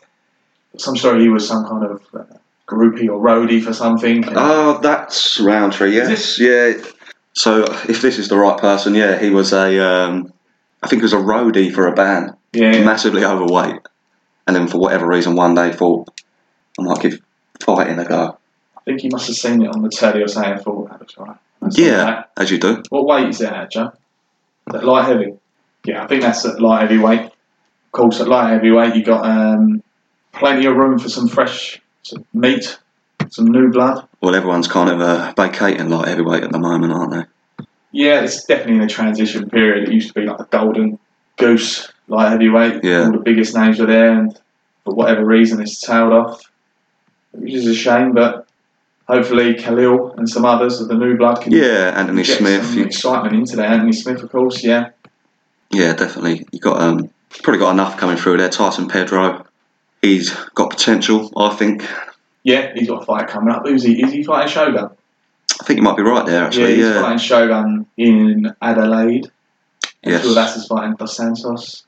some story. He was some kind of uh, groupie or roadie for something.
Oh, that's Roundtree. Yes,
Is
yeah. So if this is the right person, yeah, he was a, um, I think he was a roadie for a band,
yeah,
massively overweight, and then for whatever reason, one day thought I might give fighting a go.
I think he must have seen it on the telly or something. I thought that looks right. That's not
yeah,
bad.
as you do.
What weight is that, at, Joe? Is that light heavy? Yeah, I think that's at light heavyweight. Of course, at light heavyweight, you got um, plenty of room for some fresh some meat, some new blood.
Well, everyone's kind of uh, vacating like heavyweight at the moment, aren't they?
Yeah, it's definitely in a transition period. It used to be like the golden goose, light heavyweight.
Yeah.
All the biggest names were there, and for whatever reason, it's tailed off, which is a shame. But hopefully, Khalil and some others of the new blood can
Yeah, Anthony
Mm. get
Smith.
some
You,
excitement into that. Anthony Smith, of course, yeah.
yeah, definitely. You got um, probably got enough coming through there. Tyson Pedro, he's got potential. I think.
Yeah, he's got a fight coming up. Who's he? Is he fighting Shogun?
I think you might be right there. Actually,
yeah, he's fighting Shogun in Adelaide.
Yes.
Until that's his fighting Dos Santos.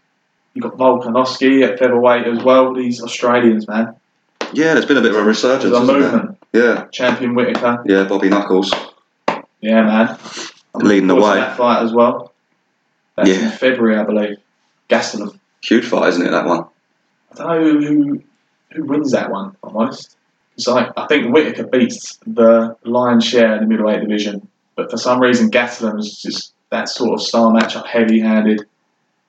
You've got Volkanovski at featherweight as well. These Australians, man.
Yeah, there's been a bit of a resurgence.
There's a
hasn't there?
movement.
Yeah,
Champion Whitaker.
yeah, Bobby Knuckles.
Yeah, man.
Leading the
looking forward to
way.
That fight as well. That's
Yeah.
in February, I believe. Gastelum.
Huge fight, isn't it, that one?
I don't know who who wins that one. if I'm honest. So I, I think Whitaker beats the lion's share in the middleweight division, but for some reason Gastelum is just that sort of style matchup, heavy-handed.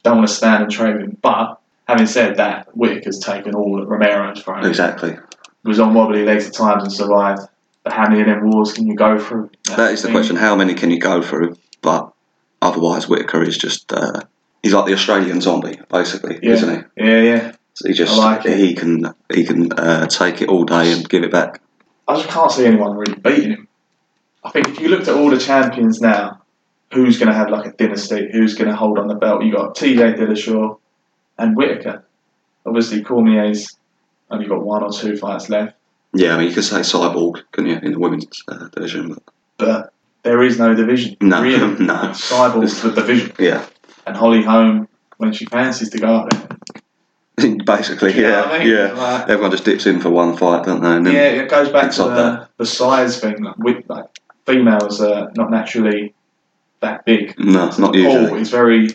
Don't want to stand and trade with him. But having said that, Whitaker's taken all that Romero's thrown.
Exactly.
Was on wobbly legs at times and survived. But how many of them wars can you go through?
That is the question. How many can you go through? But otherwise, Whitaker is just. Uh, he's like the Australian zombie, basically,
Yeah.
isn't he?
Yeah, yeah.
So he just.
I like it.
he can he can uh, take it all day and give it back.
I just can't see anyone really beating him. I think if you looked at all the champions now, who's going to have like a dynasty? Who's going to hold on the belt? You got T.J. Dillashaw and Whitaker. Obviously, Cormier's only got one or two fights left,
Yeah, I mean, you could say cyborg, couldn't you, in the women's uh, division? But
but there is no division.
no, <laughs>
really.
no.
Cyborg's the division,
Yeah, <laughs>
and Holly Holm when she fancies to go up there.
basically,
Do you know
yeah,
what I mean?
yeah.
Like-
Everyone just dips in for one fight, don't they? And then,
Yeah, it goes back
things
to
like
the, the size thing. Like, with, like females are not naturally that big.
No,
Oh,
not usually.
Paul is very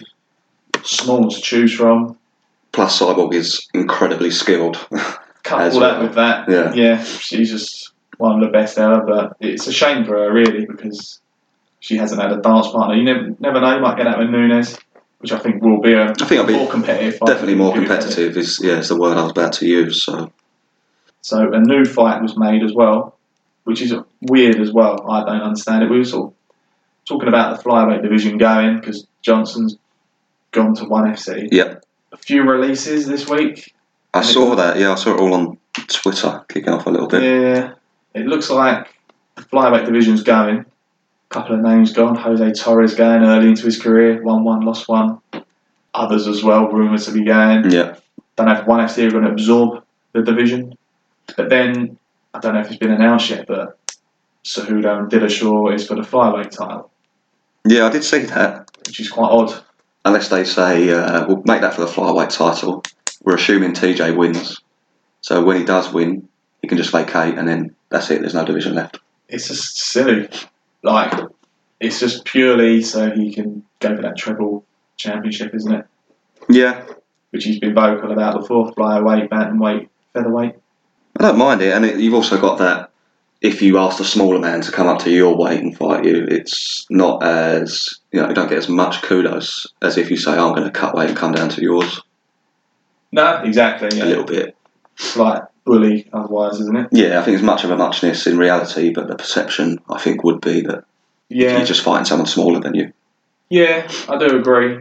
small to choose from.
Plus, cyborg is incredibly skilled. <laughs>
couple
as
all that
well.
with that.
Yeah.
she's just one of the best ever. But it's a shame for her, really, because she hasn't had a dance partner. You never, never know. You might get that with Nunes, which I think will be a
I think I'll be
more competitive. fight.
definitely more competitive. Is yeah, is the word I was about to use. So
So a new fight was made as well, which is weird as well. I don't understand it. We were sort of talking about the flyweight division going because Johnson's gone to one FC.
yeah,
A few releases this week.
I
And it-
saw that. Yeah, I saw it all on Twitter, kicking off a little bit.
Yeah, it looks like the flyweight division's going. couple of names gone. Jose Torres going early into his career. One one, lost one. Others as well, rumoured to be going.
Yeah,
Don't know if one FC are going to absorb the division. But then I don't know if it's been announced yet, but Cejudo and Dillashaw is for the flyweight title,
Yeah, I did see that.
which is quite odd.
Unless they say uh, we'll make that for the flyweight title. We're assuming TJ wins. So when he does win, he can just vacate, and then that's it. There's no division left.
It's just silly. Like it's just purely so he can go for that triple championship, isn't it?
Yeah,
which he's been vocal about before flyweight, bantamweight, featherweight.
I don't mind it, and it, you've also got that. If you ask a smaller man to come up to your weight and fight you, it's not as you know you don't get as much kudos as if you say I'm going to cut weight and come down to yours
No, exactly.
a little bit.
Slight bully, otherwise, isn't it?
Yeah, I think it's much of a muchness in reality, but the perception I think would be that
Yeah,
you're just fighting someone smaller than you.
yeah, I do agree,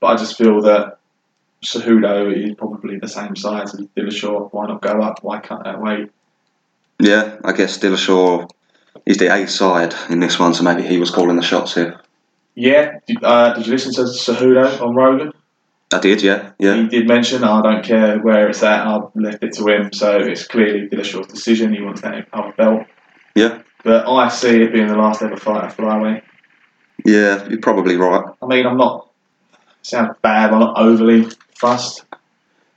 but I just feel that Cejudo is probably the same size as Dillashaw. Why not go up? Why cut that weight?
Yeah, I guess Dillashaw is the A side in this one, so maybe he was calling the shots here.
Yeah, did, uh, did you listen to Cejudo on Rogan?
I did, yeah, yeah,
He did mention, I don't care where it's at, I've left it to him. So it's clearly Dillashaw's decision. He wants that upper belt.
Yeah.
But I see it being the last ever fight at flyweight.
yeah. You're probably right.
I mean, I'm not. It sounds bad. I'm not overly fussed.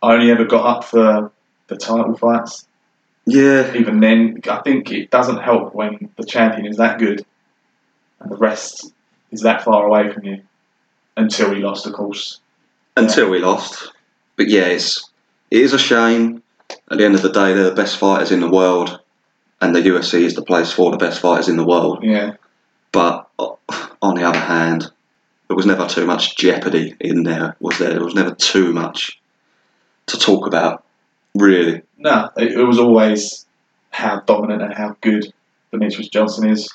I only ever got up for the title fights.
Yeah,
Even then, I think it doesn't help when the champion is that good and the rest is that far away from you. Until he lost, of course.
until we lost. But yeah, it's it is a shame. At the end of the day, they're the best fighters in the world, and the UFC is the place for the best fighters in the world.
Yeah.
But o- on the other hand, there was never too much jeopardy in there. Was there? There was never too much to talk about, really.
No, it, it was always how dominant and how good Demetrius Johnson is.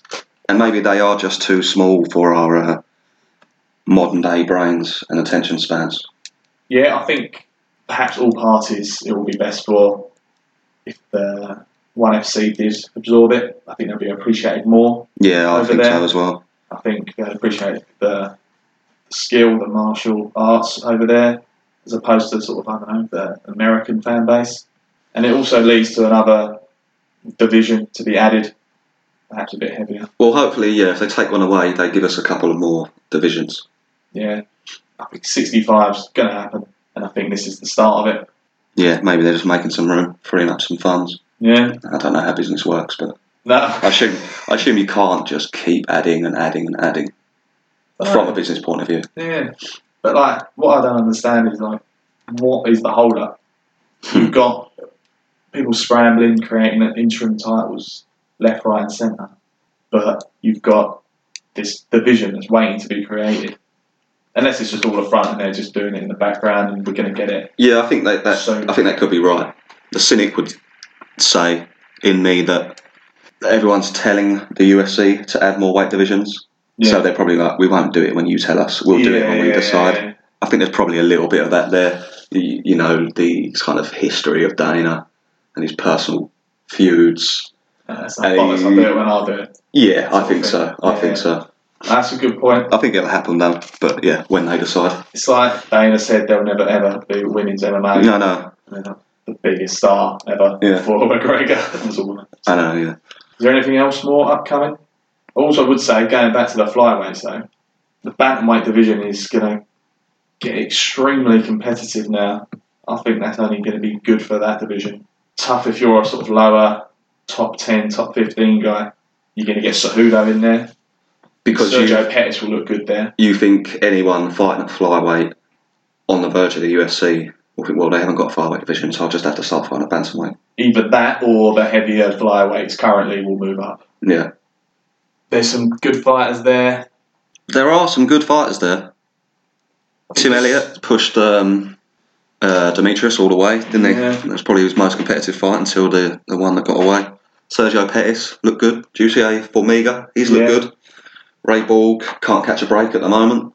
And maybe they are just too small for our uh, modern day brains and attention spans.
Yeah, I think perhaps all parties it will be best for if the one FC did absorb it. I think they'll be appreciated more.
Yeah, I
Over
think
there.
so as well.
I think they'll appreciate the skill, the martial arts over there, as opposed to sort of I don't know the American fan base. And it also leads to another division to be added, perhaps a bit heavier.
Well, hopefully, yeah, if they take one away, they give us a couple of more divisions.
Yeah, I think 65 is going to happen, and I think this is the start of it.
Yeah, maybe they're just making some room, freeing up some funds.
Yeah.
I don't know how business works, but I
No.
assume I assume you can't just keep adding and adding and adding from a business point of view.
Yeah. But like, what I don't understand is like, what is the hold up?
<laughs> Hmm.
You've got people scrambling, creating interim titles left, right, and centre, but you've got this division that's waiting to be created. Unless it's just all up front and they're just doing it in the background and we're going to get it.
Yeah, I think that that
So-
I think that could be right. The cynic would say in me that everyone's telling the UFC to add more weight divisions, so they're probably like, "We won't do it when you tell us. We'll do it when we
yeah,
decide."
yeah,
I think there's probably a little bit of that there. You, you know, the kind of history of Dana and his personal feuds.
yeah. That's
Hey.
not bollocks, I'll do it when I'll do it.
Yeah, I
Sort of
think
thing.
so. I
Yeah.
think so.
That's a good point.
I think it'll happen though. But yeah, when they decide.
It's like Dana said they'll never ever be women's MMA.
No, no,
They're not the biggest star ever
Yeah.
for McGregor. <laughs> That's all. Is
I know. Yeah,
there anything else more upcoming? Also, I would say, going back to the flyweights though, the bantamweight division is going to get extremely competitive now. I think that's only going to be good for that division. Tough if you're a sort of lower top 10, top 15 guy. You're going to get Cejudo in there.
because
Sergio
you
Pettis will look good there.
you think anyone fighting at flyweight on the verge of the UFC will think, well, they haven't got a flyweight division, so I'll just have to start fighting at bantamweight.
Either that or the heavier flyweights currently will move up.
Yeah,
There's some good fighters there.
there are some good fighters there. Tim Elliott pushed um, uh, Demetrius all the way, didn't he?
Yeah.
That was probably his most competitive fight until the, the one that got away. Sergio Pettis looked good. Juicy A. Formiga, he's looked
Yeah.
good. Ray Borg can't catch a break at the moment.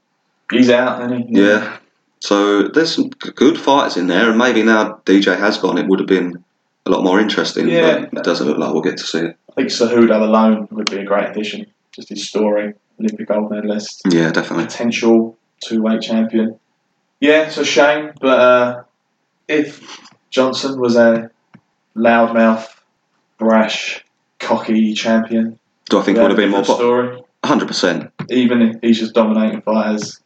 He's out, isn't he?
Yeah. So there's some g- good fighters in there, and maybe now DJ has gone, it would have been a lot more interesting.
Yeah.
But it doesn't look like we'll get to see it.
I think Cejudo alone would be a great addition. Just his story, Olympic gold medalist,
Yeah, definitely.
potential two-weight champion. Yeah, it's a shame, but uh, if Johnson was a loudmouth, brash, cocky champion,
Do I think it
we'd
would have been
a
more?
different
Po-
story.
100%.
Even if he's just dominating fighters,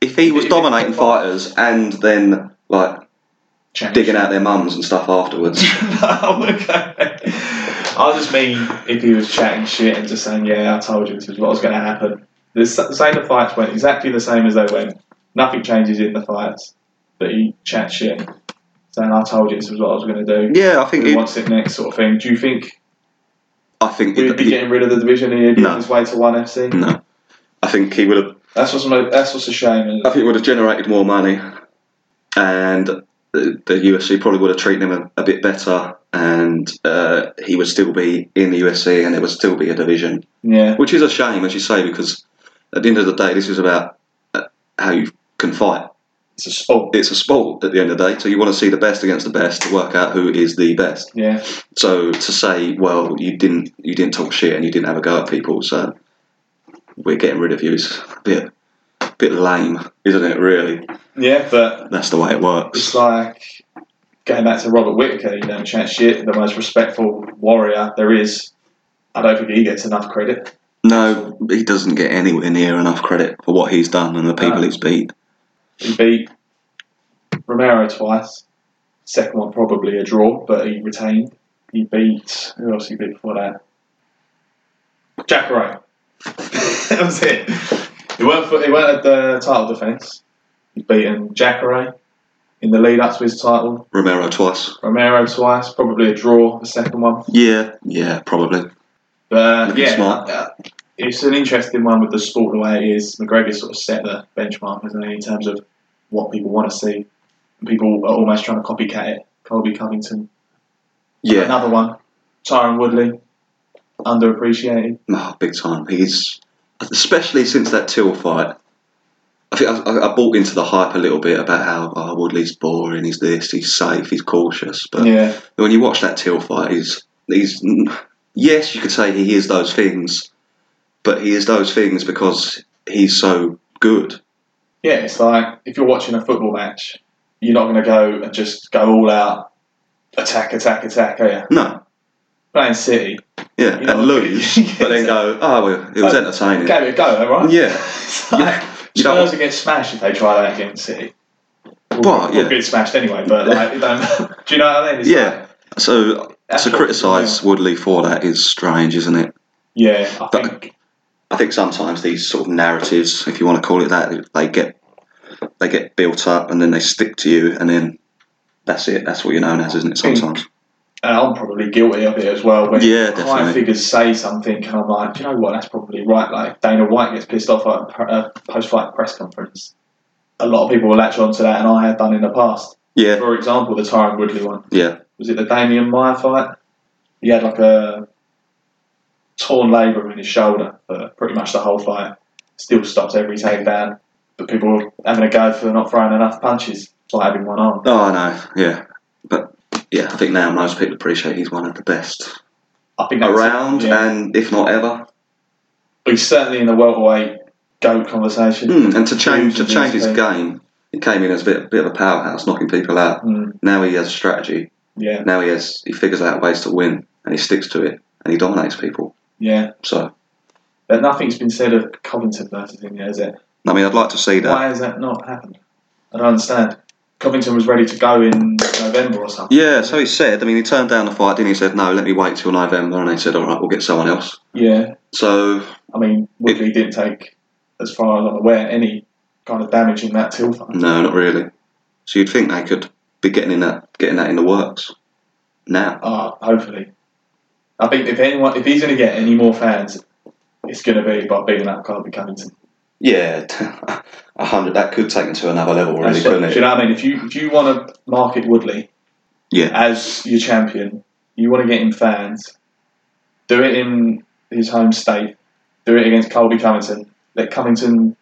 If he was
If- if-
dominating fighters and then like digging out their mums and stuff
<laughs>
afterwards,
no, okay. I just mean if he was chatting shit and just saying, "Yeah, I told you this is what was going to happen." The s- say the fights went exactly the same as they went. Nothing changes in the fights, but he chats shit, saying, "I told you this was what I was going to do."
yeah, I think
Who
it,
wants it next, sort of thing? Do you think
I think
we'd be
it,
getting rid of the division here, giving
No.
his way to one FC?
<laughs> no, I think he would have.
That's what's mo- that's what's a shame. And
I think it would have generated more money, and the, the UFC probably would have treated him a, a bit better, and uh, he would still be in the UFC, and it would still be a division,
yeah,
which is a shame, as you say, because at the end of the day, this is about uh, how you can fight.
it's a sport.
It's a sport at the end of the day, so you want to see the best against the best to work out who is the best.
Yeah,
So to say, well, you didn't, you didn't talk shit, and you didn't have a go at people, so we're getting rid of you is a bit, bit lame, isn't it? Really,
yeah, but
that's the way it works.
It's like going back to Robert Whitaker, you know, chat shit, the most respectful warrior there is. I don't think he gets enough credit.
No, he doesn't get anywhere near enough credit for what he's done and the people
No.
he's beat.
He beat Romero twice. Second one probably a draw, but he retained. He beat who else he beat before that? Jack Ray. <laughs> that was it. He weren't for, he weren't at the title defence. He's beaten Jack Ray in the lead up to his title.
Romero twice.
Romero twice, probably a draw, the second one.
Yeah, yeah, probably.
But
Looking
yeah,
smart.
uh, it's an interesting one with the sport the way it is. McGregor sort of set the benchmark, isn't he, in terms of what people want to see. People are almost trying to copycat it. Colby Covington,
Yeah,
another one. Tyron Woodley, underappreciated.
no, big time. He's especially since that Till fight. I think I, I, I bought into the hype a little bit about how oh, Woodley's boring. He's this. He's safe. He's cautious. But
Yeah,
when you watch that Till fight, he's he's yes, you could say he is those things, but he is those things because he's so good.
yeah. It's like if you're watching a football match, you're not going to go and just go all out, attack, attack, attack. Are you?
No,
Playing City,
yeah,
You know,
and lose, but then go, oh, well, it was entertaining.
gave it a go, all right?
Yeah.
<laughs>
You
It's like,
don't
Spurs will get smashed if they try that against City. We'll,
Well, yeah.
we'll get smashed anyway, but like, you don't- <laughs> do you know what I mean? It's like,
yeah. So
that's
to
what-
criticise Woodley for that is strange, isn't it?
Yeah, I
But-
think
I think sometimes these sort of narratives, if you want to call it that, they get they get built up and then they stick to you, and then that's it. That's what you're known as, isn't it? Sometimes.
and I'm probably guilty of it as well. When
Yeah,
high
definitely.
figures say something, and I'm like, do you know what? That's probably right. Like Dana White gets pissed off at a pr- a post-fight press conference. A lot of people will latch on to that, and I have done in the past.
Yeah,
For example, the Tyron Woodley one.
yeah,
Was it the Damien Meyer fight? He had like a torn labrum in his shoulder for pretty much the whole fight. Still stopped every takedown, but people were having a go for not throwing enough punches by having one arm.
Oh, I know. Yeah, but yeah, I think now most people appreciate he's one of the best
I think that's
around,
yeah.
and if not ever.
But he's certainly in the welterweight goat conversation.
Mm, and to change to
Huge
change his
thing.
game, he came in as a bit, bit of a powerhouse, knocking people out.
Mm,
Now he has a strategy.
yeah,
Now he has he figures out ways to win, and he sticks to it, and he dominates people.
yeah.
So
But nothing's been said of Covington versus him yet, is it?
I mean, I'd like to see that.
Why has that not happened? I don't understand. Covington was ready to go in November or something.
Yeah, so he said. I mean, he turned down the fight, didn't he? He said, "No, let me wait till November," and they said, "All right, we'll get someone else."
yeah.
So
I mean, Woodley didn't take, as far as I'm aware, any kind of damage in that till fight.
no, not really. So you'd think they could be getting in that getting that in the works now.
Ah, hopefully. I think if anyone, if he's going to get any more fans, it's going to be by beating up Carby Covington.
Yeah, <laughs> a hundred. That could take them to another level, really,
That's what-
couldn't
Do you
it?
know what I mean? If you if you want to market Woodley
Yeah,
as your champion, you want to get him fans. Do it in his home state. Do it against Colby Covington. Let Covington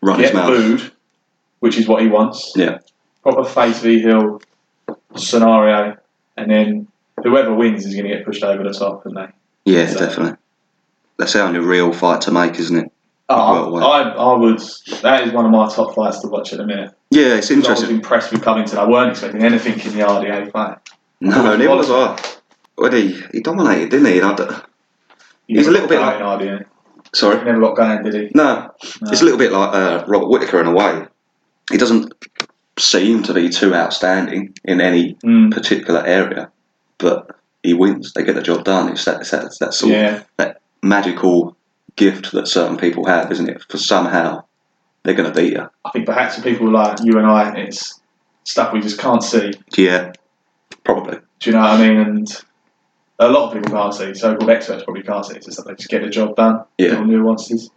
run his
get
mouth.
booed, which is what he wants.
Yeah.
Proper face v heel scenario, and then whoever wins is going to get pushed over the top, and they.
Yeah,
So-
definitely. That's the only real fight to make, isn't it?
Oh,
Well, well.
I, I would. That is one of my top fights to watch at the minute.
Yeah, it's
I was
interesting.
impressed with Covington. I weren't expecting anything in the RDA fight.
No,
was
neither was
Wallace.
I. Well, he, he dominated, didn't he? And I d- He's a little bit
like RDA.
sorry.
Never got going, did he?
No,
No.
it's a little bit like uh, Robert Whitaker in a way. He doesn't seem to be too outstanding in any
Mm,
particular area, but he wins. They get the job done. It's that, it's that, it's that sort of
yeah,
magical gift that certain people have, isn't it? For somehow they're going to beat you.
I think perhaps for people like you and I, it's stuff we just can't see.
Yeah, probably.
Do you know what I mean? And a lot of people can't see. So-called experts probably can't see. It's just that they just get the job done.
Yeah.
Little nuances.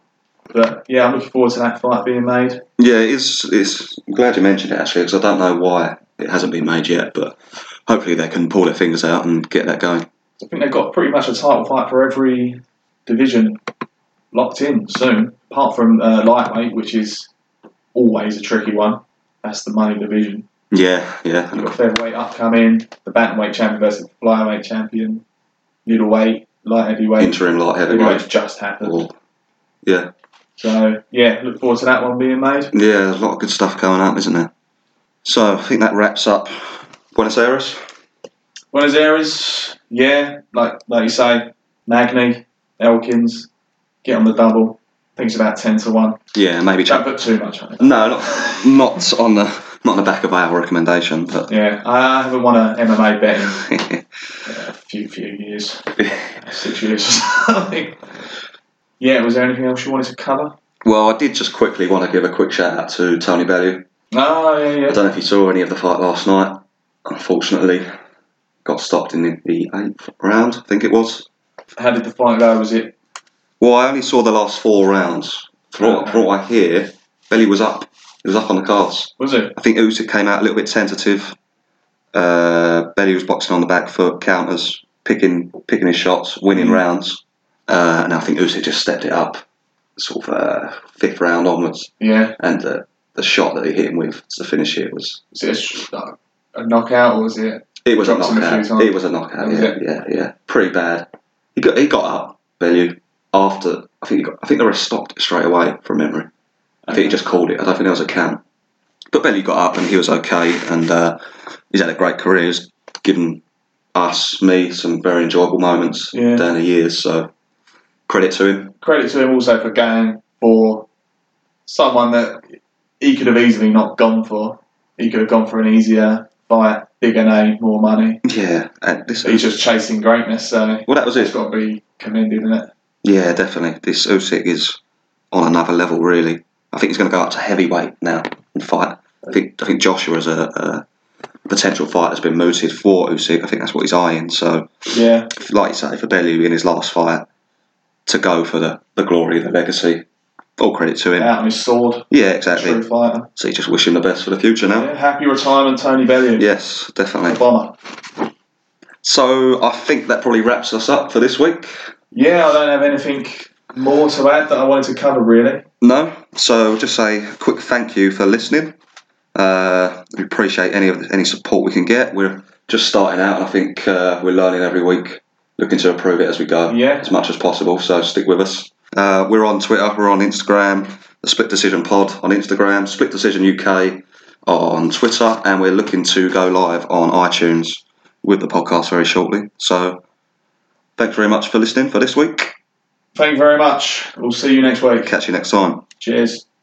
But yeah, I'm looking forward to that fight being made.
Yeah, it's it's. I'm glad you mentioned it actually, because I don't know why it hasn't been made yet, but hopefully they can pull their fingers out and get that going.
I think they've got pretty much a title fight for every division locked in soon, apart from uh, lightweight, which is always a tricky one. That's the money division.
Yeah, yeah,
You've got featherweight upcoming, the bantamweight champion versus the flyweight champion, middleweight, light heavyweight.
interim light heavyweight.
Heavyweight's just happened.
Or, yeah,
So yeah, look forward to that one being made.
yeah. There's a lot of good stuff going up, isn't there? So I think that wraps up Buenos Aires.
Buenos Aires, yeah, like like you say, Magni, Elkins, get on the double. I think it's about ten to one.
Yeah, maybe check.
Don't put too much on it.
No, not not on the not on the back of our recommendation, but <laughs>
Yeah, I haven't won a MMA bet in a few few years, six years or <laughs> something. Yeah, was there anything else you wanted to cover?
well, I did just quickly want to give a quick shout out to Tony Bellew.
Oh yeah,
I
yeah.
don't know if you saw any of the fight last night. Unfortunately, got stopped in the, the eighth round, I think it was.
How did the fight go? Was it?
Well, I only saw the last four rounds. From what, from what I hear, Belly was up. He was up on the cards.
Was it?
I think Usyk came out a little bit tentative. Uh, Belly was boxing on the back foot, counters, picking picking his shots, winning rounds. Uh, and I think Usyk just stepped it up, sort of uh, fifth round onwards.
Yeah.
And the, the shot that he hit him with to finish it was
Was it a, sh- like a knockout or was it?
It was a
Dropped him a few
knockout.
times.
It was a knockout.
Was
yeah, yeah, yeah. Pretty bad. He got he got up Bellew after I think he got, I think the rest stopped straight away from memory. I think he just called it. I don't think there was a count. But Bellew got up and he was okay, and uh, he's had a great career. He's given us, me, some very enjoyable moments
Yeah.
down the years. So credit to him.
Credit to him also for going for someone that he could have easily not gone for. He could have gone for an easier fight, bigger name, more money.
Yeah, and this
But he's just chasing greatness, so
well, that was
it's
it.
got to be commended, isn't it?
Yeah, definitely. This Usyk is on another level, really. I think he's going to go up to heavyweight now and fight. I think I think Joshua's a, a potential fight has been mooted for Usyk. I think that's what he's eyeing. So,
Yeah,
like you say, for Bellew in his last fight to go for the, the glory, the legacy, all credit to him. Yeah,
out on his sword,
exactly.
true fighter.
So you just wish him the best for the future now.
Yeah, happy retirement, Tony Bellew.
Yes,
The
definitely.
bomber.
So I think that probably wraps us up for this week.
Yeah, I don't have anything more to add that I wanted to cover, really.
No, so just say a quick thank you for listening. Uh, we appreciate any of any support we can get. We're just starting out, and I think uh, we're learning every week, looking to improve it as we go,
Yeah.
as much as possible. So stick with us. Uh, we're on Twitter, we're on Instagram, the Split Decision Pod on Instagram, Split Decision UK on Twitter, and we're looking to go live on iTunes with the podcast very shortly. So thanks very much for listening for this week.
Thank you very much. We'll see you next week.
Catch you next time.
Cheers.